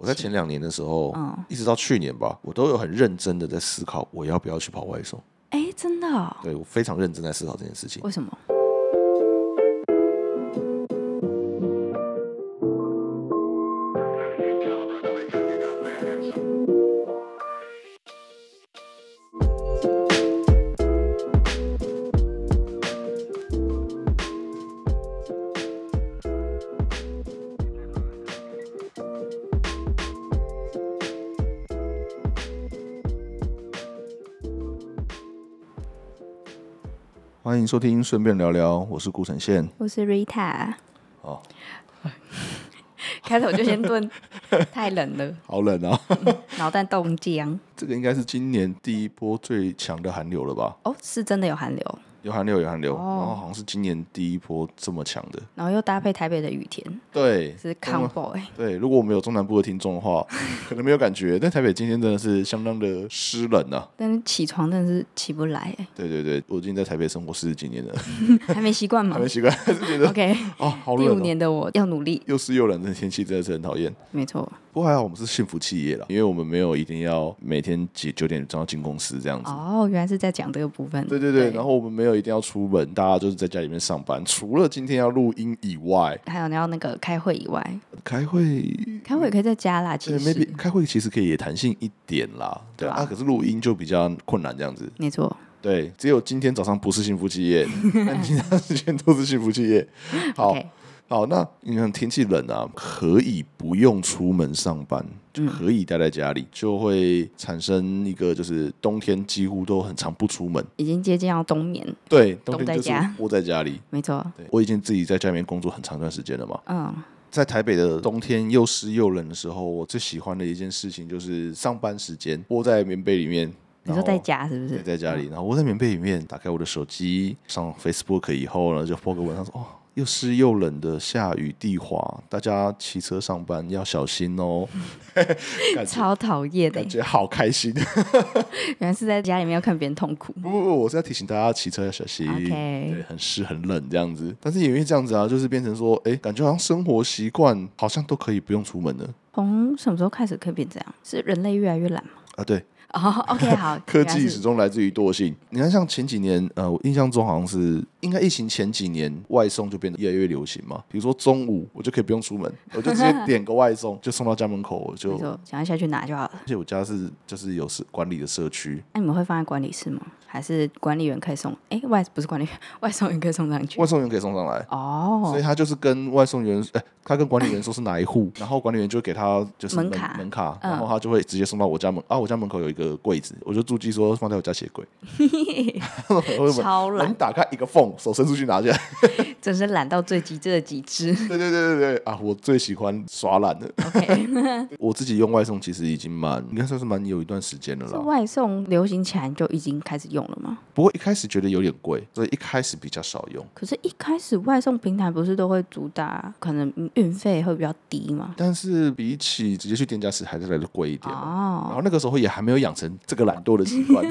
我在前两年的时候，嗯一直到去年吧，我都有很认真的在思考，我要不要去跑外送。哎，真的、哦？对我非常认真在思考这件事情。为什么？欢迎收听，顺便聊聊，我是顾晨宪。我是 Rita，哦， 开头就 先顿，太冷了，好冷啊！脑袋冻僵。 这个应该是今年第一波最强的寒流了吧？哦，是真的有寒流，有寒流，有寒流，哦然后好像是今年第一波这么强的。然后又搭配台北的雨天，对，是中 combo 哎、对，如果我们有中南部的听众的 话，可能没有感觉，但台北今天真的是相当的湿冷啊。但是起床真的是起不来、欸，对对对，我已经在台北生活四十几年了，嗯还没习惯吗 还没习 惯，还是觉得？OK，哦，好第冷、五哦。年的我要努力，又湿又冷的天气真的是很讨厌。没错。不过还好我们是幸福企业了，因为我们没有一定要每天几九点钟要进公司这样子。哦，原来是在讲这个部分。对对对，然后我们没有一定要出门，大家就是在家里面上班。除了今天要录音以外，还有你要那个开会以外，开会开会也可以在家啦，其对实。 maybe 开会其实可以也弹性一点啦，对啊对啊可是录音就比较困难这样子。没错，对，只有今天早上不是幸福企 业，但其他时间都是幸福企业。好 OK 好，那你看天气冷啊，可以不用出门上班，就可以待在家里，就会产生一个就是冬天几乎都很常不出门，已经接近要冬眠，对，冬在天就是家窝在家里。没错。对，我已经自己在家里面工作很长一段时间了嘛，嗯，在台北的冬天又湿又冷的时候，我最喜欢的一件事情就是上班时间窝在棉被里面。你然说后在家是不对是？在家里，然后窝在棉被里面，打开我的手机，上 Facebook 以后呢，就 po 个文章说，哦，又湿又冷的下雨地滑，大家骑车上班要小心哦，超讨厌的感，觉好开心。 原来是在家里面要看别人痛苦。不不不，我是要提醒大家骑车要小心 OK 对，很湿很冷这样子。但是也因为这样子啊，就是变成说，哎，感觉好像生活习惯好像都可以不用出门了从什么时候开始可以变这样？是人类越来越懒吗？啊，对。哦、o k 好，科原技来始是终来自于惰性。你看，像前几年，呃，我印象中好像是应该疫情前几年，外送就变得越来越流行嘛。比如说中午我就可以不用出 门，我就直接点个外送，就送到家门口，我就没。错，想要下去拿就好了。而且我家是就是有是管理的社区，那、你们会放在管理室吗？还是管理员可以送？哎、外不是管理员，外送员可以送上去外。送员可以送上来。所哦以，他就是跟外送员，哎、他跟管理员说是哪一 户，然后管理员就会给他就是门门卡门卡，嗯然后他就会直接送到我家门啊，我家门口有一个柜子，我就注记说放在我家鞋 柜， 我就把超门懒，打开一个缝，手伸出去拿下来。真是懒到最极致的极致。对对对对对啊！我最喜欢耍懒的。 OK，我自己用外送其实已经蛮，应该算是蛮有一段时间了是啦。外送流行起来就已经开始用了吗？不过一开始觉得有点贵，所以一开始比较少用。可是，一开始外送平台不是都会主打可能运费会比较低吗？但是比起直接去店家吃，还是来的贵一点嘛。然哦，后那个时候也还没有养成这个懒惰的习惯。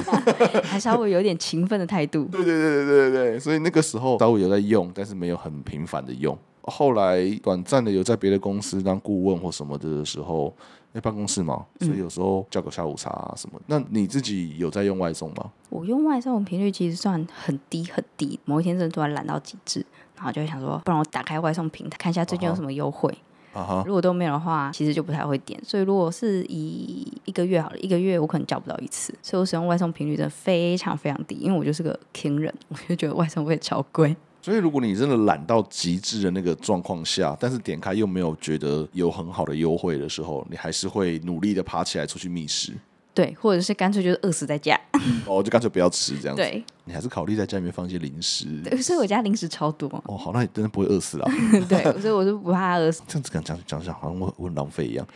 还稍微有点勤奋的态 度。对对对对对对对，所以那个时候稍微有在用，但是没有很频繁的用。后来短暂的有在别的公司当顾问或什么的时候，因为办公室嘛，所以有时候叫个下午茶啊什么的。那你自己有在用外送吗？我用外送的频率其实算很低很低，某一天真的突然懒到极致，然后就会想说，不然我打开外送平台看一下最近有什么优惠。啊哈，如果都没有的话，其实就不太会点。所以如果是以一个月好了，一个月我可能叫不到一次，所以我使用外送频率真的非常非常低，因为我就是个 king 人，我就觉得外送费超贵。所以，如果你真的懒到极致的那个状况下，但是点开又没有觉得有很好的优惠的时候，你还是会努力的爬起来出去觅食，对，或者是干脆就是饿死在家。哦，就干脆不要吃这样子。嗯对，你还是考虑在家里面放一些零食。对，所以我家零食超多。 哦，好，那你真的不会饿 死啊！对，所以我就不怕饿死。这样子讲讲讲讲，好像我我很浪费一样。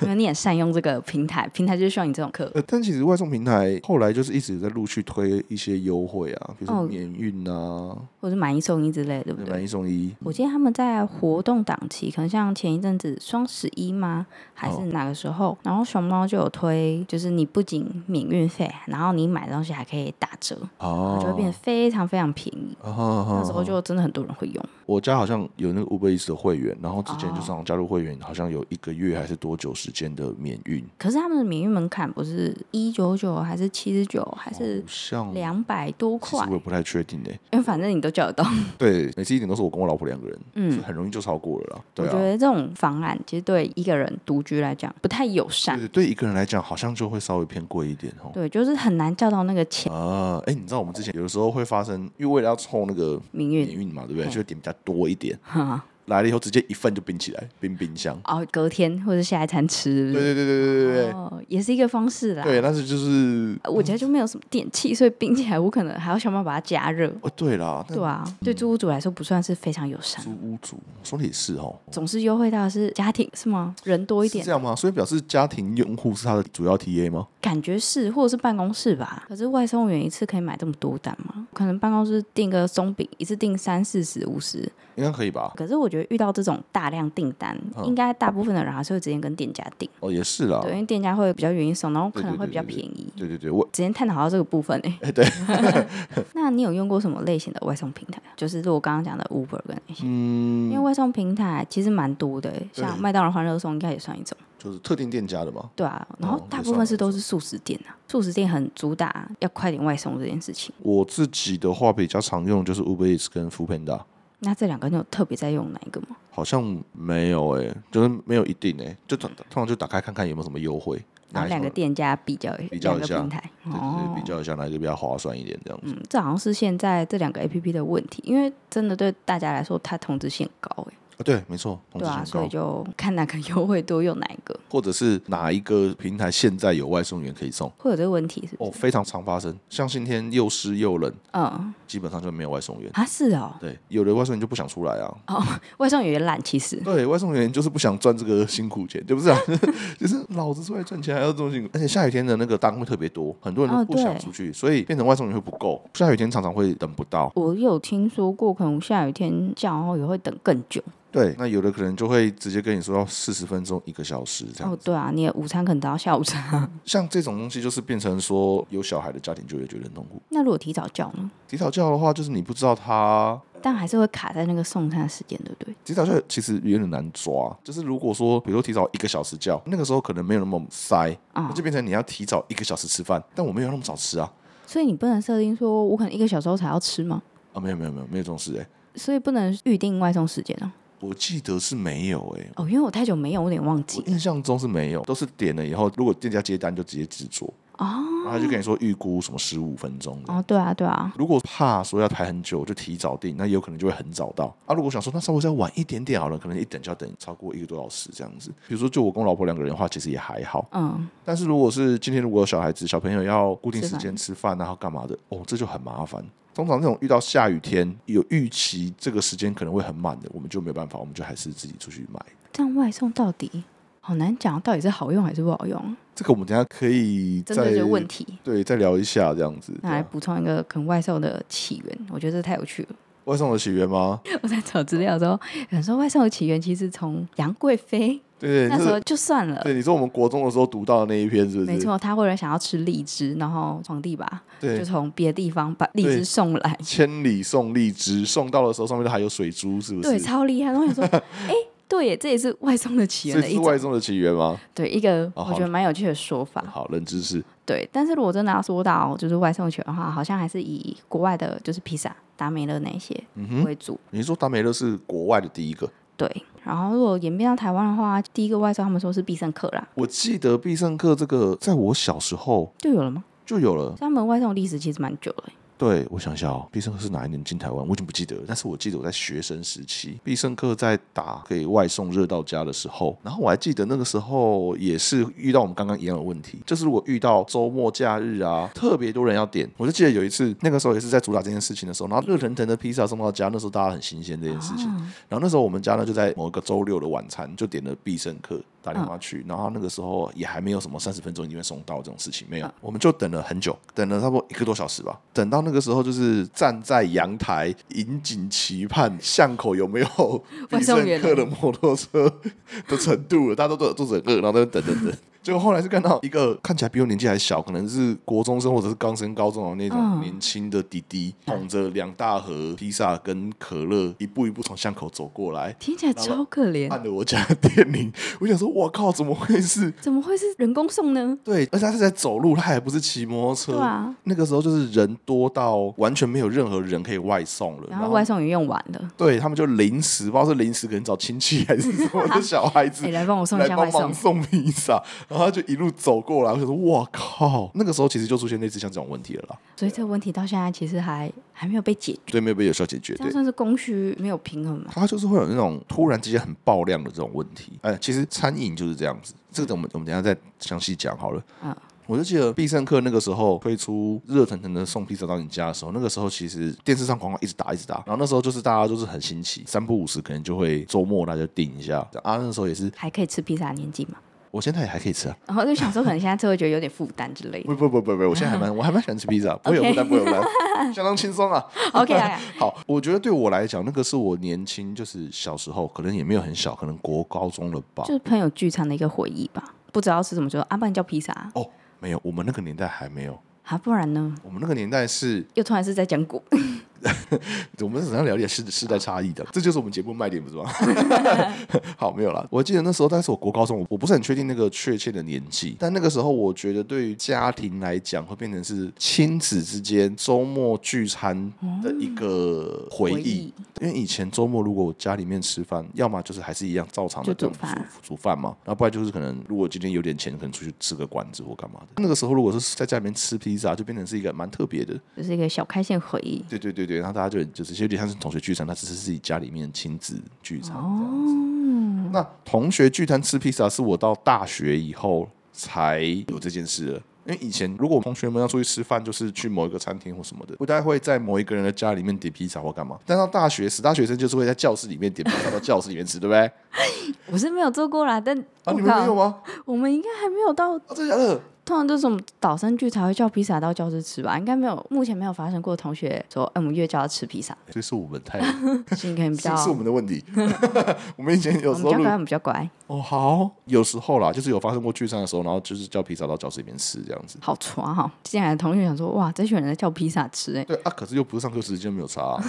没有，你也善用这个平台，平台就是需要你这种客。呃，但其实外送平台后来就是一直在陆续推一些优惠啊，比如说哦免运啊、或者买一送一之类，对不买对？一送一。我记得他们在活动档期，可能像前一阵子双十一吗？还是哦哪个时候？然后熊猫就有推，就是你不仅免运费，然后你买的东西还可以打折，哦就会变得非常非常便宜。啊哈，那那时候就真的很多人会用，我家好像有那个 Uber Eats 的会员，然后之前哦就上加入会员，好像有一个月还是多久时间的免运，可是他们的免运门槛不是一九九还是七十九还是好像两百多其块实我？也不太确定诶、因为反正你都叫得到。 对，每次一点都是我跟我老婆两个人，嗯嗯，很容易就超过了啦。我对觉啊，得这种方案其实对一个人独居来讲不太友善。对对，一个人来讲，好像就会稍微偏贵一点哦。对，就是很难叫到那个钱啊，哎，你知道我们之前有的时候会发生，因为为了要凑那个民免运。运嘛，对不对？嘿就点比较多一点，哈来了以后直接一份就冰起来，冰冰箱。哦，隔天或者下一餐吃，对对对对对对对哦，也是一个方式啦。对，但是就是呃我家就没有什么电器，所以冰起来我可能还要想办法把它加热。哦，对啦，但对啊，对租屋主来说不算是非常友善租。屋主说的也是哦，总是优惠到的是家庭是吗？人多一是啊点这，样吗？所以表示家庭用户是他的主要 TA 吗？感觉是或者是办公室吧。可是外送员一次可以买这么多单吗？可能办公室订个松饼，一次订三四十、五十。应该可以吧？可是我觉得遇到这种大量订单，嗯应该大部分的人还是会直接跟店家订，哦，也是啦。对，因为店家会比较愿意送，然后可对能对会对比较对便宜。对对对，我直接探讨到这个部分诶、 对。 那你有用过什么类型的外送平台？啊就是我刚刚讲的 Uber 跟那些，因为嗯，外送平台其实蛮多的、欸，对像麦当劳欢乐颂应该也算一种，就是特定店家的嘛。对啊。然后哦大也部算分吧是也都是素食店啊，素食店很主打要快点外送这件事情。我自己的话比较常用就是 Uber Eats 跟 f o o Panda，那这两个你有特别在用哪一个吗？好像没有诶、就是没有一定诶、就通通常就打开看看有没有什么优惠，哪然一后哦两个种店家比较一比较两个一下平台，对对哦对，比较一下哪一个比较划算一点这样子。嗯，这好像是现在这两个 A P P 的问题，因为真的对大家来说，它同质性高哎、啊，对，没错，通知对啊，很所以高，就看哪个 优惠多用哪一个，或者是哪一个平台现在有外送员可以送。会有这个问题是不哦，是？非常常发生，像今天又湿又冷，嗯，基本上就没有外送员。啊是哦，对，有的外送员就不想出来啊。外送员也懒，其实 对，外送员就是不想赚这个辛苦钱，就不是 啊，就是老子出来赚钱还要这么辛苦。而且下雨天的那个单会特别多，很多人哦都不想对出去，所以变成外送员会不够。下雨天常常会等不到。我有听说过，可能下雨天叫，然后也会等更久。对，那有的可能就会直接跟你说要四十分钟、一个小时这样。哦，对啊，你的午餐可能等到下午 茶。像这种东西，就是变成说有小孩的家庭就会觉得很痛苦。那如果提早叫呢？提早教的话，就是你不知道他但还是会卡在那个送餐时间，对不对？提早教其实有点难抓。就是如果说，比如说提早一个小时教，那个时候可能没有那么塞，啊、那就变成你要提早一个小时吃饭。但我没有那么早吃啊，所以你不能设定说我可能一个小时后才要吃吗？啊，没有没有没有没有这种事哎、所以不能预定外送时间哦。我记得是没有哎、哦，因为我太久没有，我有点忘记我。印象中是没有，都是点了以后，如果店家接单就直接制作，哦然后他就跟你说预估什么十五分钟的。哦，对啊对啊，如果怕说要排很久，就提早订，那有可能就会很早到啊。如果想说那稍微再晚一点点好了，可能一等就要等超过一个多小时这样子。比如说，就我跟我老婆两个人的话，其实也还好。嗯，但是如果是今天如果有小孩子、小朋友要固定吃时饭间吃饭然后干嘛的，哦，这就很麻烦。通常那种遇到下雨天，有预期这个时间可能会很满的，我们就没办法，我们就还是自己出去买。这样外送到底好难讲，到底是好用还是不好用，这个我们等一下可以真再的就是问题。对再聊一下这样子。那来补充一个可能外送的起源，我觉得这太有趣了。外送的起源吗？我在找资料的时候，有人说外送的起源其实从杨贵妃对对，那就时候是就算了。对你说我们国中的时候读到的那一篇是不是？没，错，他为了想要吃荔枝，然后皇帝吧，就对，从别的地方把荔枝对送来，千里送荔枝，送到的时候上面都还有水珠，是不是？对，超厉害。然后我想 说，哎、对耶，这也是外送的起源所以的这是一种，外送的起源吗？对一个哦我觉得蛮有趣的说法。好，冷知识。对，但是如果真的要说到就是外送起源的话，好像还是以国外的，就是披萨、达美乐那一些嗯哼，为主。你是说达美乐是国外的第一个？对，然后如果演变到台湾的话，第一个外送他们说是必胜客啦，我记得必胜客这个，在我小时候就有了吗？就有了。他们外送历史其实蛮久了耶、对，我想一下哦，必胜客是哪一年进台湾？我已经不记得了，但是我记得我在学生时期，必胜客在打给外送热到家的时候，然后我还记得那个时候也是遇到我们刚刚一样的问题，就是如果遇到周末假日啊，特别多人要点，我就记得有一次，那个时候也是在主打这件事情的时候，然后热腾腾的披萨送到家，那时候大家很新鲜这件事情，然后那时候我们家呢就在某一个周六的晚餐就点了必胜客，打电话嗯去，然后那个时候也还没有什么三十分钟一定会送到这种事情，嗯没有，我们就等了很久，等了差不多一个多小时吧，等到那个时候就是站在阳台引颈期盼巷口有没有 外必送胜员 客的摩托车的程度了，大家都都肚子很饿，然后在那边等等等。结果后来是看到一个看起来比我年纪还小，可能是国中生或者是刚升高中的那种嗯年轻的弟弟，捧着两大盒披萨跟可乐，一步一步从巷口走过来，听起来超可怜，按了我家的电铃。我想说，我靠，怎么会是？怎么会是人工送呢？对，而且他是在走路，他还不是骑摩托车。对啊那个时候就是人多到完全没有任何人可以外送了，然后外送也用完了，对他们就临时，不知道是临时可能找亲戚还是什么 的小孩子哎、。来帮我送一来下帮外忙送送，披萨， 然后他就一路走过来，我想说，哇靠！那个时候其实就出现类似像这种问题了啦，所以这个问题到现在其实还还没有被解决，对，没有被有效解决，这对样，算是供需没有平衡吗？它就是会有那种突然之间很爆量的这种问题。哎，其实餐饮就是这样子，这个等我们我们等一下再详细讲好了。嗯我就记得必胜客那个时候推出热腾腾的送披萨到你家的时候，那个时候其实电视上广告一直打一直打，然后那时候就是大家就是很新奇，三不五时可能就会周末大家订一下啊。那时候也是，还可以吃披萨的年纪 嘛？我现在也还可以吃啊，然后就想说，可能现在就会觉得有点负担之类 的。不不不不不，我现在还蛮我还蛮喜欢吃披萨，不会有负担，不会有负担，相当轻松啊。 OK，啊好，我觉得对我来讲，那个是我年轻，就是小时候，可能也没有很小，可能国高中了吧就。是朋友聚餐的一个回忆吧。不知道吃什么，就说啊，不然叫披萨啊哦，没有，我们那个年代还没有。啊，不然呢？我们那个年代是，又突然是在讲古， 我们是怎样了解世世代差异的？这就是我们节目卖点，不是 吗？好，没有啦。我记得那时候，但是我国高中，我我不是很确定那个确切的年纪，但那个时候，我觉得对于家庭来讲，会变成是亲子之间周末聚餐的一个回嗯回忆忆。因为以前周末如果我家里面吃饭，要么就是还是一样照常的就这煮种饭煮煮饭嘛，然后不然就是可能如果今天有点钱，可能出去吃个馆子或干嘛的。那个时候如果是在家里面吃披萨，就变成是一个蛮特别的。就是一个小开线回忆。对对对对，然后大家就就是有点像是同学聚餐，他只是自己家里面亲子聚餐这样子。哦，那同学聚餐吃披萨是我到大学以后才有这件事了。因为以前如果同学们要出去吃饭，就是去某一个餐厅或什么的，不太会在某一个人的家里面点披萨或干嘛。但到大学，死大学生就是会在教室里面点披萨，到教室里面吃，对不 对？我是没有做过啦，但啊，我你们没有靠，吗？我们应该还没有到，啊，真的假的？通常都是我们导生剧才会叫披萨到教室吃吧，应该没有，目前没有发生过同学说，哎、我们约教他吃披 萨，所以是我们太，是可能比较是，是我们的问题。 我们以前有我时们候比较录乖，我们比较乖，哦，好，有时候啦，就是有发生过聚餐的时候，然后就是叫披萨到教室里面吃这样子。好挫哈、进来的同学想说，哇，这群人在叫披萨吃、哎。对啊，可是又不是上课时间没有差、啊，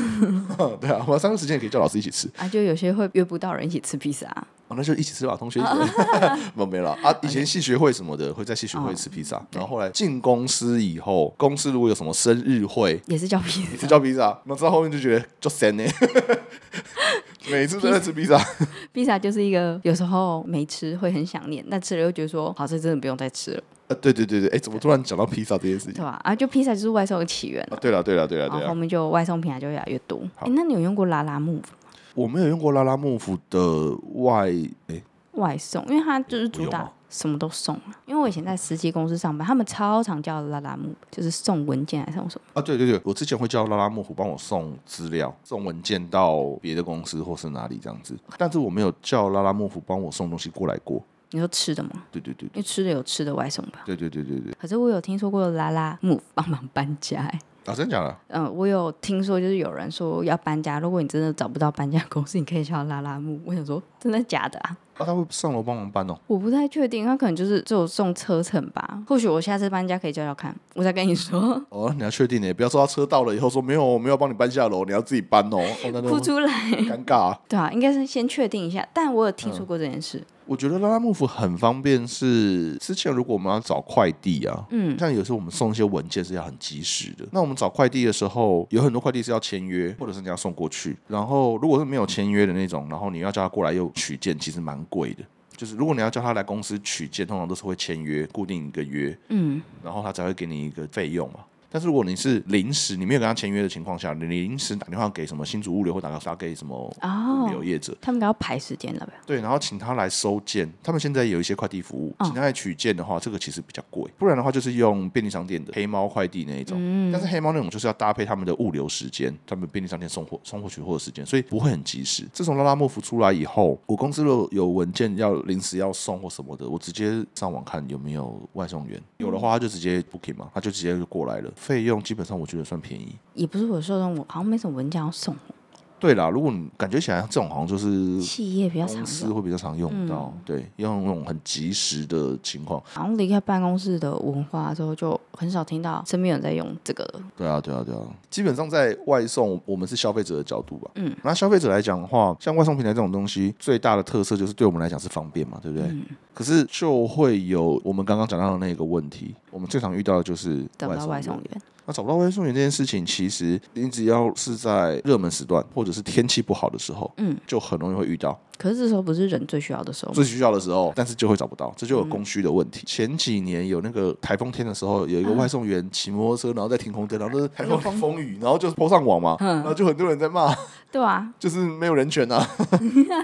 对啊，我们上课时间也可以叫老师一起吃，啊，就有些会约不到人一起吃披萨、哦，那就一起吃吧，同学一起吃。没有没了啊，以前系学会什么的会在系学会吃披萨，然后后来进公司以后，公司如果有什么生日会。也是叫披也是 萨。叫披萨，那到后面就觉得就神呢， 每次都在吃披萨，啊披萨就是一个有时候没吃会很想念，但吃了又觉得说，好，这真的不用再吃了，呃，对对对对，哎，怎么突然讲到披萨这件事对情？吧？啊，就披萨就是外送的起源啊，对了对了对了然对后了后，面就外送平台就越来越多。好哎，那你有用过拉拉木我没有用过拉拉幕府的外，哎，外送？因为它就是主我有打啊什么都送啊。因为我以前在实习公司上班，他们超常叫拉拉木，就是送文件来送什么。啊，对对对，我之前会叫拉拉幕府帮我送资料、送文件到别的公司或是哪里这样子，但是我没有叫拉拉幕府帮我送东西过来过。你说吃的吗？对对对因为吃的有吃的外送吧。对对对对对，可是我有听说过拉拉木帮忙搬家、哎啊，真的假的？嗯，我有听说，就是有人说要搬家，如果你真的找不到搬家公司，你可以叫拉拉木。我想说，真的假的啊？啊，他会上楼帮忙搬哦。我不太确定，他可能就是只有送车程吧。或许我下次搬家可以叫叫看，我再跟 你说，哦，你要确定呢，不要说他车到了以后说没有，我没有帮你搬下楼，你要自己搬哦。哦，那就哭出来。尴尬、啊。对啊，应该是先确定一下。但我有听说过这件事，我觉得拉拉幕府很方便是，之前如果我们要找快递啊，嗯，像有时候我们送一些文件是要很及时的。那我们找快递的时候，有很多快递是要签约，或者是你要送过去。然后如果是没有签约的那种，然后你要叫他过来又取件，其实蛮贵的。就是如果你要叫他来公司取件，通常都是会签约，固定一个月，嗯，然后他才会给你一个费用嘛。但是如果你是临时，你没有跟他签约的情况下，你临时打电话给什么新竹物流，或打电话给什么物哦，流业者，他们应该要排时间了吧？对，然后请他来收件。他们现在有一些快递服务，嗯请他来取件的话，这个其实比较贵。不然的话，就是用便利商店的黑猫快递那一种。但是黑猫那种就是要搭配他们的物流时间，他们便利商店送货送货取货的时间，所以不会很及时。自从拉拉莫夫出来以后，我公司如果有文件要临时要送或什么的，我直接上网看有没有外送员，有的话他就直接 booking 嘛，他就直接就过来了。费用基本上我觉得算便宜。也不是我说的，我好像没什么文件要送。对啦，如果你感觉起来这种好像就是企业比较嗯常公司用，嗯会比较常用到，对，要用那种很及时的情况。好像离开办公室的文化之后，就很少听到身边有人在用这个了。对啊，对啊，对啊。基本上在外送，我们是消费者的角度吧。嗯，那消费者来讲的话，像外送平台这种东西，最大的特色就是对我们来讲是方便嘛，对不对？嗯可是就会有我们刚刚讲到的那个问题，我们最常遇到的就是找不到外外送送员。员，那找不到外送员这件事情，其实你只要是在热门时段或者是天气不好的时候，嗯，就很容易会遇到。可是这时候不是人最需要的时候吗？最需要的时候，但是就会找不到，这就有供需的问题。前几年有那个台风天的时候，有一个外送员骑摩托车，然后在停红灯，然后就是台风风雨，然后就泼上网嘛，然后就很多人在骂， 对啊，就是没有人权啊。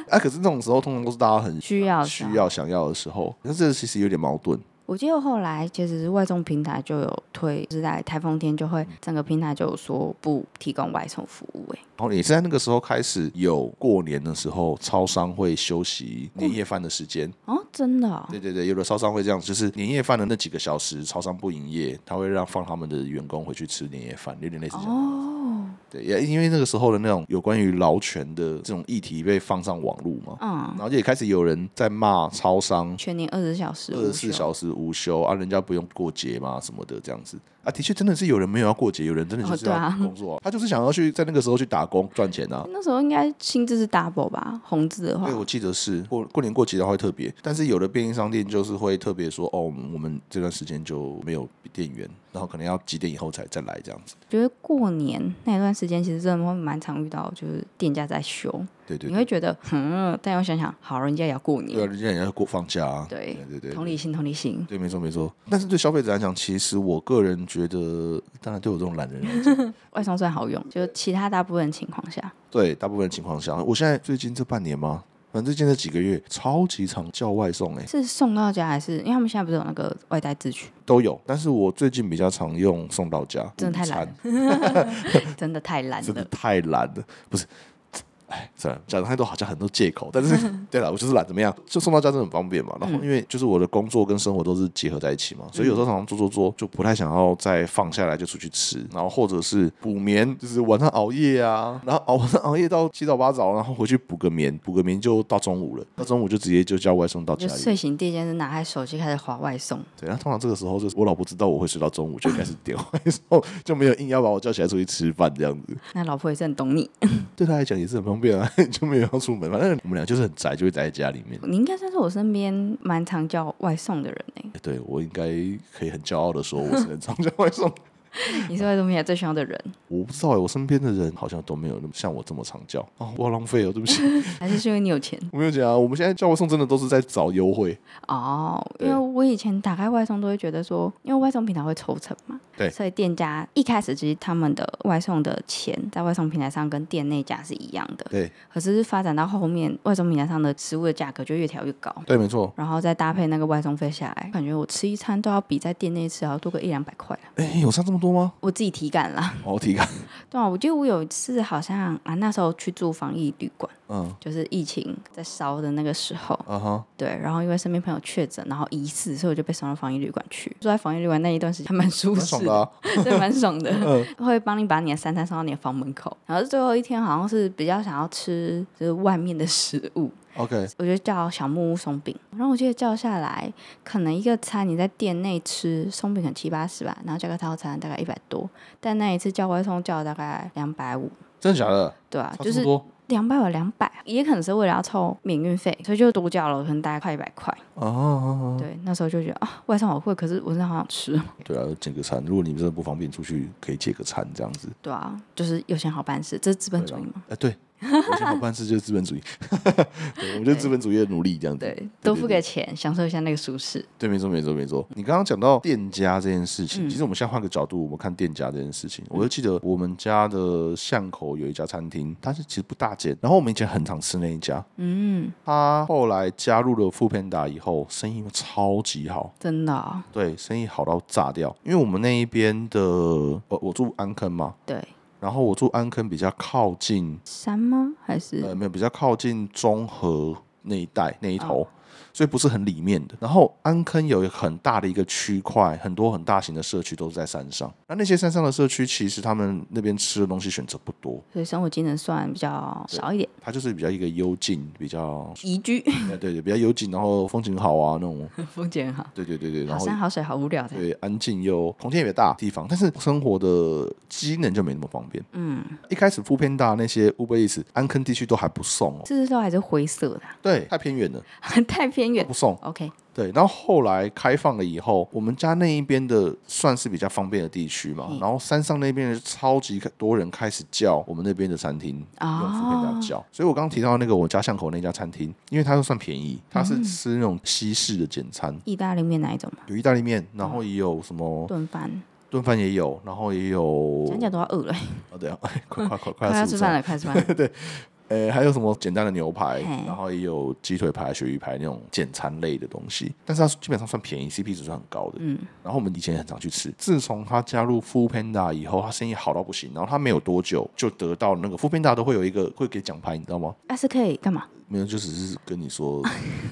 啊，可是那种时候通常都是大家很需要的需时候要、想要的时候，但这其实有点矛盾。我记得后来其实外送平台就有推，就是在台风天就会整个平台就有说不提供外送服务、欸，然后也是在那个时候开始有过年的时候，超商会休息年夜饭的时间。哦，真的、哦，对对对，有的超商会这样，就是年夜饭的那几个小时，超商不营业，他会让放他们的员工回去吃年夜饭，有点类似这样。哦，对，也因为那个时候的那种有关于劳权的这种议题被放上网络嘛，嗯，然后就也开始有人在骂超商全年二十小时，二十四，小时无休啊，人家不用过节嘛什么的这样子啊，的确真的是有人没有要过节，有人真的就哦是对要啊工作啊、他就是想要去在那个时候去打工赚钱 啊。那时候应该薪资是 double 吧，红字的话对，，我记得是过过年过节的话会特别，但是有的便利商店就是会特别说，哦，我们我们这段时间就没有店员，然后可能要几点以后才再来这样子。觉得过年那段时间其实真的会蛮常遇到，就是店家在休，对对你对，会觉得，嗯，但要想想，好，人家也要过年，对啊，人家也要过放假啊。对对对对，同理心，同理心，对，没错没错。但是对消费者来讲，其实我个人觉得，当然对我这种懒人来讲， 外送算好用，就是其他大部分情况下，对大部分情况下，我现在最近这半年嘛，反正最近这几个月，超级常叫外送哎、是送到家还是因为他们现在不是有那个外带自取，都有。但是我最近比较常用送到家，真的午太懒餐，真的太懒真的了。太懒了，不是。哎，算了，讲得太多好像很多借口，但 是对了，我就是懒，怎么样？就送到家真的很方便嗯嘛。然后因为就是我的工作跟生活都是结合在一起嘛，所以有时候常常做做做，就不太想要再放下来就出去吃，然后或者是补眠，就是晚上熬夜啊，然后熬 晚上熬夜到七早八早，然后回去补个眠，补个眠就到中午了，到中午就直接就叫外送到家就里。睡醒第一件事，拿开手机开始划外送，对，啊那通常这个时候就是我老婆知道我会睡到中午，就开始点外送， 就没有硬要把我叫起来出去吃饭这样子。那老婆也是很懂你。对他来讲也是很方便啊， 就没有要出门，反正我们俩就是很宅，就会宅在家里面。你应该算是我身边蛮常叫外送的人哎、对我应该可以很骄傲的说，我是很常叫外送。 你是外送平台最需要的人，我不知道哎、我身边的人好像都没有那么像我这么常叫哦，我好浪费哦，对不起， 还是是因为你有钱？我没有讲啊。我们现在叫外送真的都是在找优惠，哦，对因为我以前打开外送都会觉得说，因为外送平台会抽成嘛，对所以店家一开始其实他们的外送的钱在外送平台上跟店内价是一样的，对可是发展到后面，外送平台上的食物的价格就越调越高。对，没错。然后再搭配那个外送费下来，感觉我吃一餐都要比在店内吃还要多个一两百块了哎，有差这么多吗？哦我自己体感啦。 好体感，对啊，我记得我有一次好像啊，那时候去住防疫旅馆， 嗯就是疫情在烧的那个时候，啊哈，对，然后因为身边朋友确诊，然后疑似，所以我就被送到防疫旅馆去。住在防疫旅馆那一段时间还蛮舒蛮适爽的、啊。 嗯对，蛮爽的。 会帮你把你的三餐送到你的房门口。然后最后一天好像是比较想要吃就是外面的食物， OK，我就叫小木屋松饼。然后我记得叫下来，可能一个餐你在店内吃松饼可能七八十吧，然后加个套餐大概一百多。但那一次叫外送叫了大概两百五，真的假的？对啊，差就这么是多两百有两百，也可能是为了要凑免运费，所以就多叫了可能大概快一百块。啊啊！啊对，那时候就觉得啊，外送好贵，可是我真的好想吃。哦对啊，借个餐。如果你们真的不方便出去，可以借个餐这样子。对啊，就是有钱好办事，这是资本对主啦义嘛。哎、对， 有钱好办事就是资本主义， 对，我们就是资本主义的奴隶这样子。对，多付对给钱，享受一下那个舒适。对，没错，没错，没错。你刚刚讲到店家这件事情，其实我们现在换个角度，我们看店家这件事情。我就记得我们家的巷口有一家餐厅，它是其实不大间，然后我们以前很常吃那一家。嗯，它后来加入了富片达以后，生意超级好，真的哦、对，生意好到炸掉。因为我们那一边的，呃，我住安坑嘛，对，然后我住安坑比较靠近山吗？还是、呃嗯呃，没有，比较靠近中和那一带那一头，所以不是很里面的。然后安坑有很大的一个区块，很多很大型的社区都是在山上。那那些山上的社区，其实他们那边吃的东西选择不多，所以生活机能算比较少一点，它就是比较一个幽静，比较宜居， 对对对，比较幽静，然后风景好啊那种，风景很好，对对对对，然好后山好水好无聊的，对安静又空间也大的地方，但是生活的机能就没那么方便。嗯，一开始富偏大那些 Uber Eats 安坑地区都还不送哦，这些都还是灰色的 啊，对，太偏远了，太偏 远不。送。 OK，对，然后后来开放了以后，我们家那一边的算是比较方便的地区嘛，然后山上那边的超级多人开始叫我们那边的餐厅哦用福片家叫，所以我刚刚提到那个我家巷口那家餐厅，因为它就算便宜，它是吃那种西式的简餐，意大利面哪一种嘛？有意大利面，然后也有什么炖饭，炖饭也有，然后也有讲讲都要饿了，哦对啊， 快快快快快要要吃吃饭饭。了，快要吃 饭了。呃，还有什么简单的牛排嘿，然后也有鸡腿排、鳕鱼排那种简餐类的东西，但是它基本上算便宜，CP 值算很高的。嗯，然后我们以前也很常去吃。自从他加入 Food Panda 以后，他生意好到不行。然后他没有多久就得到那个 Food Panda 都会有一个会给奖牌，你知道吗？那是可以哎干嘛？没有，就只是跟你 说，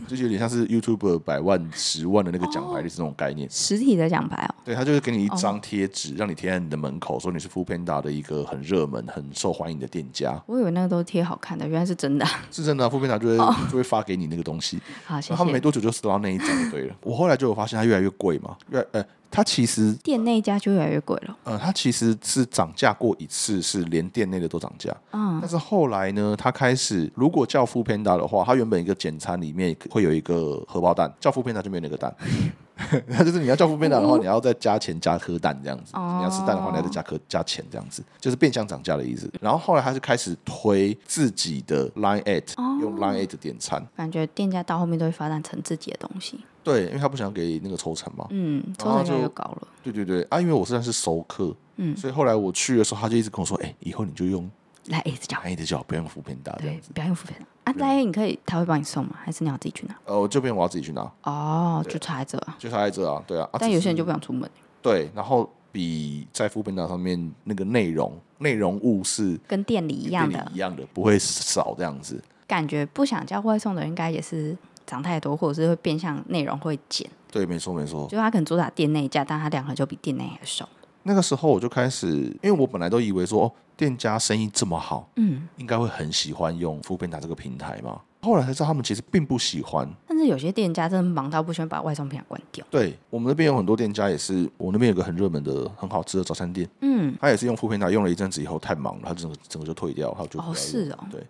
就有点像是 YouTube 百万、十万的那个奖牌的这种概念。实体的奖哦牌哦，对，他就是给你一张贴纸，让你贴在你的门口，说你是 Food Panda 的一个很热门、很受欢迎的店家。我以为那个都是贴好看的，原来是真的啊。 是真的、啊、，Food Panda 就会、哦就会发给你那个东西。好，谢然哦后他们没谢。多久就得到那一张就对了。 我后来就有发现它越来越贵嘛，越来呃，它其实店内加就越来越贵了。呃，它其实是涨价过一次，是连店内的都涨价。嗯但是后来呢，它开始如果叫 Food Panda 的话，它原本一个简餐里面会有一个荷包蛋，叫 Food Panda 就没有那个蛋。 那就是你要叫 Food Panda 的话，你要再加钱加颗蛋这样子；哦你要吃蛋的话，你要再加颗加钱这样子，就是变相涨价的意思。然后后来它就开始推自己的 Line at，、用 Line at 点餐。感觉店家到后面都会发展成自己的东西，对，因为他不想给那个抽成嘛。嗯，抽然后成越来越就高了。对对对，啊，因为我虽然是熟客，嗯所以后来我去的时候，他就一直跟我说：“哎、以后你就用来 A 字奖， Line at 哦就好，不要用 Food Panda 这样对子。，不要用副片啊，来你可以，他会帮你送吗？还是你要自己去拿？”呃，我这边我要自己去拿，哦，就差在这啊。就差在这啊，对啊。啊但有些人只就是不想出门，对，然后比在 Food Panda 上面那个内容内容物是跟店里一一样的一样的，不会少这样子。感觉，不想叫外送的人应该也是涨太多，或者是会变相内容会减，对，没错没错。就他可能主打店内价，但他两盒就比店内还少。那个时候我就开始，因为我本来都以为说，哦，店家生意这么好，嗯，应该会很喜欢用 Food Panda 这个平台嘛。后来才知道他们其实并不喜欢，但是有些店家真的忙到不喜欢把外送平啊台关掉。对我们那边有很多店家也是，我那边有个很热门的、很好吃的早餐店，嗯，他也是用副片打，用了一阵子以后太忙了，他整个整个就退掉，他就不要哦，用是哦，对，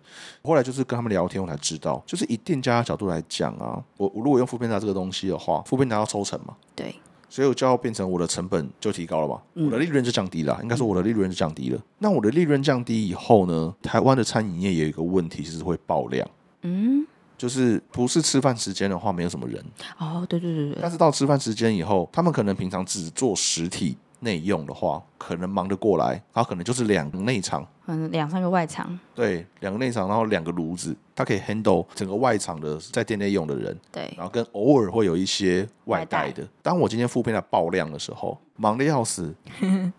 后来就是跟他们聊天，我才知道，就是以店家的角度来讲啊，我我如果用副片打这个东西的话，副片打要抽成嘛，对，所以我就要变成我的成本就提高了嘛，嗯我的利润就降低了，应该说我的利润就降低了。那我的利润降低以后呢，台湾的餐饮业也有一个问题，就是会爆量，嗯，就是不是吃饭时间的话，没有什么人。哦，对对对对，但是到吃饭时间以后，他们可能平常只做实体内用的话，可能忙得过来，他可能就是两个内场，嗯，两三个外场，对，两个内场，然后两个炉子，他可以 handle 整个外场的在店内用的人，对，然后跟偶尔会有一些外带外的。当我今天副片在爆量的时候，忙得要 死，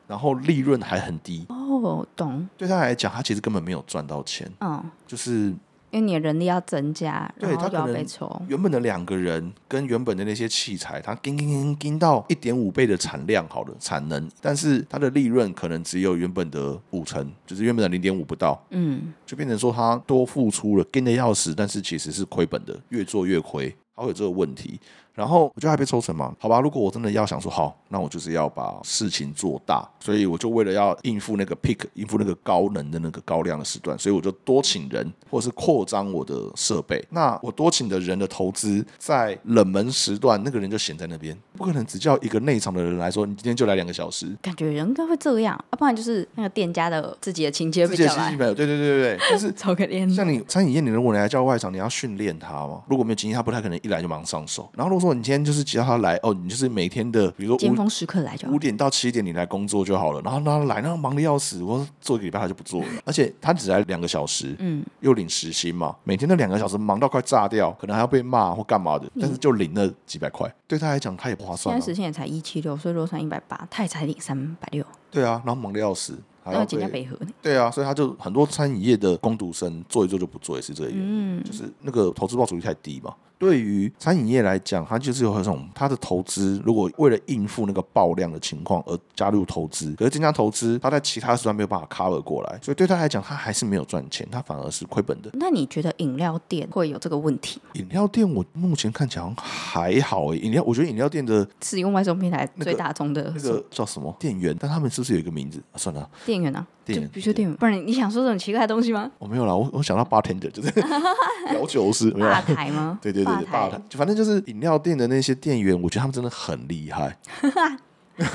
然后利润还很低，哦，懂，对他来讲，他其实根本没有赚到钱，嗯，就是因为你的人力要增加，对然后他又要可能被抽，原本的两个人跟原本的那些器材，它盯盯盯盯到一点五倍的产量好了产能，但是它的利润可能只有原本的五成，就是原本的零点五不到，嗯，就变成说它多付出了，盯的要死，但是其实是亏本的，越做越亏，它会有这个问题。然后我就还被抽成嘛，好吧，如果我真的要想说好，那我就是要把事情做大，所以我就为了要应付那个 peak，应付那个高能的那个高量的时段，所以我就多请人，或者是扩张我的设备。那我多请的人的投资，在冷门时段，那个人就闲在那边，不可能只叫一个内场的人来说，你今天就来两个小时，感觉人应该会这样，啊要、不然就是那个店家的自己的亲戚自被己的叫亲戚来，朋友，对对对对对，但是超可怜，像你餐饮业，你如果你来叫外场，你要训练他嘛。如果没有经验，他不太可能一来就马上上手。然后如果说你今天就是只要他来，哦，你就是每天的，比如说尖五峰时刻来就好五，点到七点你来工作就好了。然后让他来，然后忙得要死，我做一个礼拜他就不做了，而且他只来两个小时，嗯，又领时薪嘛，每天那两个小时忙到快炸掉，可能还要被骂或干嘛的，但是就领那几百块，对他来讲他也不划嗯现算、在啊，时薪也才一七六，所以落算一百八，他也才领三百六，对啊，然后忙得要死，还那要要减价被北河呢，对啊，所以他就很多餐饮业的工读生做一做就不做，也是这个原因，就是那个投资报酬率太低嘛。对于餐饮业来讲，它就是有这种它的投资，如果为了应付那个爆量的情况而加入投资，可是增加投资，它在其他时段没有办法 cover 过来，所以对他来讲，他还是没有赚钱，他反而是亏本的。那你觉得饮料店会有这个问题吗？饮料店我目前看起来好像还好欸诶、饮料我觉得饮料店的是用外送平台那个最大宗的那个叫什么店员，但他们是不是有一个名字？啊、算了啊，店员啊，店员就必须店员，不然你想说这种奇怪的东西吗？我、没有啦，我我想到 bartender 就是 调酒师， 没有吧啦。？台吗 对对对对，吧吧台，就反正就是饮料店的那些店员，我觉得他们真的很厉 害。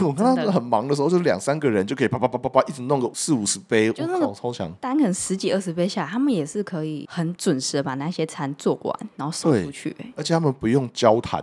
我看真他的很忙的时候，就两三个人就可以啪啪啪啪啪一直弄个四五十杯，就我那个靠，超强！单可能十几二十杯下来，他们也是可以很准时的把那些餐做完，然后送对出去、欸，而且他们不用交 谈，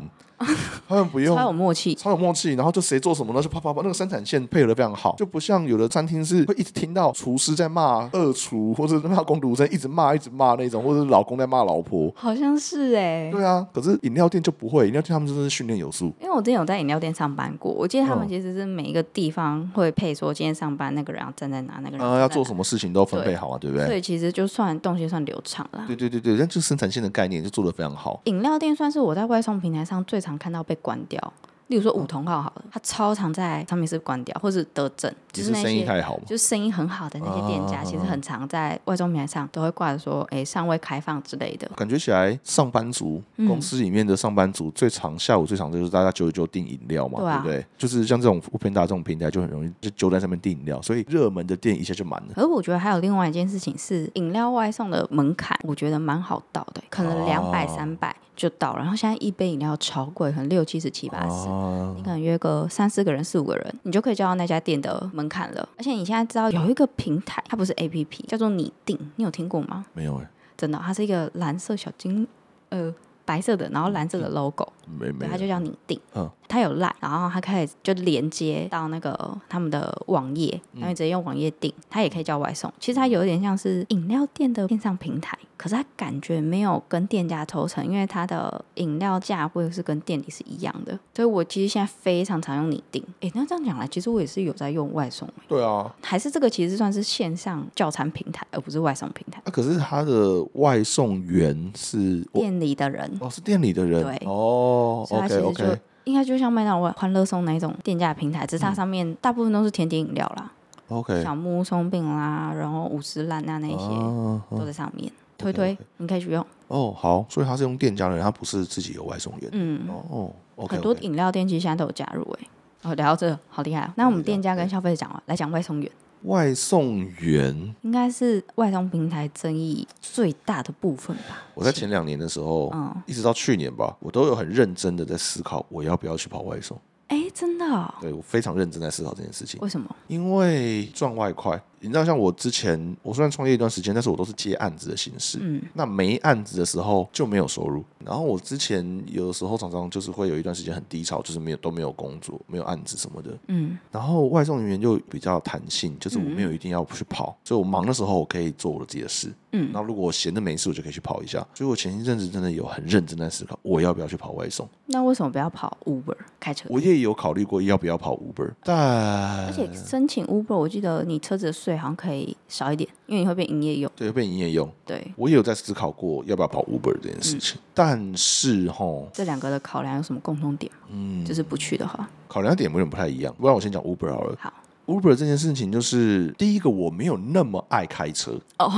他们不用超有默契。超有默契，然后就谁做什么呢，就啪啪啪，那个生产线配合的非常好，就不像有的餐厅是会一直听到厨师在骂二厨，或者是骂工读生一直骂一直骂那种，或者是老公在骂老婆。好像是哎、对啊，可是饮料店就不会，饮料店他们真的是训练有素。因为我之前有在饮料店上班过，我记得他嗯们其实是每一个地方会配说今天上班那个人要站在哪，那个人呃，要做么，什么事情都分配好啊，对不所对？以其实就算动线算流畅啦。对对对对，但就是生产线的概念就做得非常好。饮料店算是我在外送平台上最常看到被关掉，例如说五同号好了，它超常在上面是关掉，或是得证，就只是是那生意些太好嘛，就是生意很好的那些店家，啊其实很常在外送平台上都会挂着说，哎、尚未开放之类的。感觉起来上班族、嗯公司里面的上班族最常下午最常就是大家久久订饮料嘛，对对啊不对？就是像这种 Open 达这种平台就很容易就揪在上面订饮料，所以热门的店一下就满了。可是我觉得还有另外一件事情是，饮料外送的门槛，我觉得蛮好到的，可能两百、三百就到了。然后现在一杯饮料超贵，可能六七十、七八十。啊，你可能约个三四个人、四五个人，你就可以叫到那家店的门槛了。而且你现在知道有一个平台，它不是 A P P，叫做你定，你有听过吗？没有哎，真的，它是一个蓝色小金，呃，白色的，然后蓝色的 logo，没没对，它就有，叫你定。嗯它有 line，然后它可以就连接到那个他们的网页，嗯然后你直接用网页订，它也可以叫外送。其实它有点像是饮料店的电商平台，可是它感觉没有跟店家抽成，因为它的饮料价位是跟店里是一样的。所以我其实现在非常常用你订。诶，那这样讲来，其实我也是有在用外送、欸，对啊。还是这个其实算是线上教餐平台，而不是外送平台。那啊可是他的外送员是我店里的人，哦，是店里的人对哦所以它其，OK 实就 OK，嗯应该就像麦当劳、欢乐颂那一种店家的平台，只是它上面大部分都是甜点饮料啦， OK，小木屋松饼啦，然后五十兰啊那一些啊都在上面。推推，你可以去用。哦好，所以他是用店家的人，他不是自己有外送员嗯，哦，OK，很多饮料店其实现在都有加入哎。哦，聊到这个好厉害哦！那我们店家跟消费者讲完，来讲外送员，外送员应该是外送平台争议最大的部分吧？我在前两年的时候，嗯一直到去年吧，我都有很认真的在思考我要不要去跑外送。哎，真的哦？对我非常认真在思考这件事情，为什么？因为赚外快。你知道，像我之前，我虽然创业一段时间，但是我都是接案子的形式。嗯，那没案子的时候就没有收入。然后我之前有的时候常常就是会有一段时间很低潮，就是没有都没有工作，没有案子什么的。嗯，然后外送人员就比较弹性，就是我没有一定要去跑，所以我忙的时候我可以做我自己的事。嗯那如果我闲的没事，我就可以去跑一下。所以我前一阵子真的有很认真在思考，我要不要去跑外送？那为什么不要跑 Uber 开车？我也有考虑过要不要跑 Uber，但而且申请 Uber，我记得你车子的税好像可以少一点，因为你会变营业用。对被营业用，对，我也有在思考过要不要跑 Uber 嗯这件事情。但是吼，这两个的考量有什么共通点吗？嗯，就是不去的话，考量点有点不太一样。不然我先讲 Uber 好了。好 Uber 这件事情就是第一个，我没有那么爱开车，哦，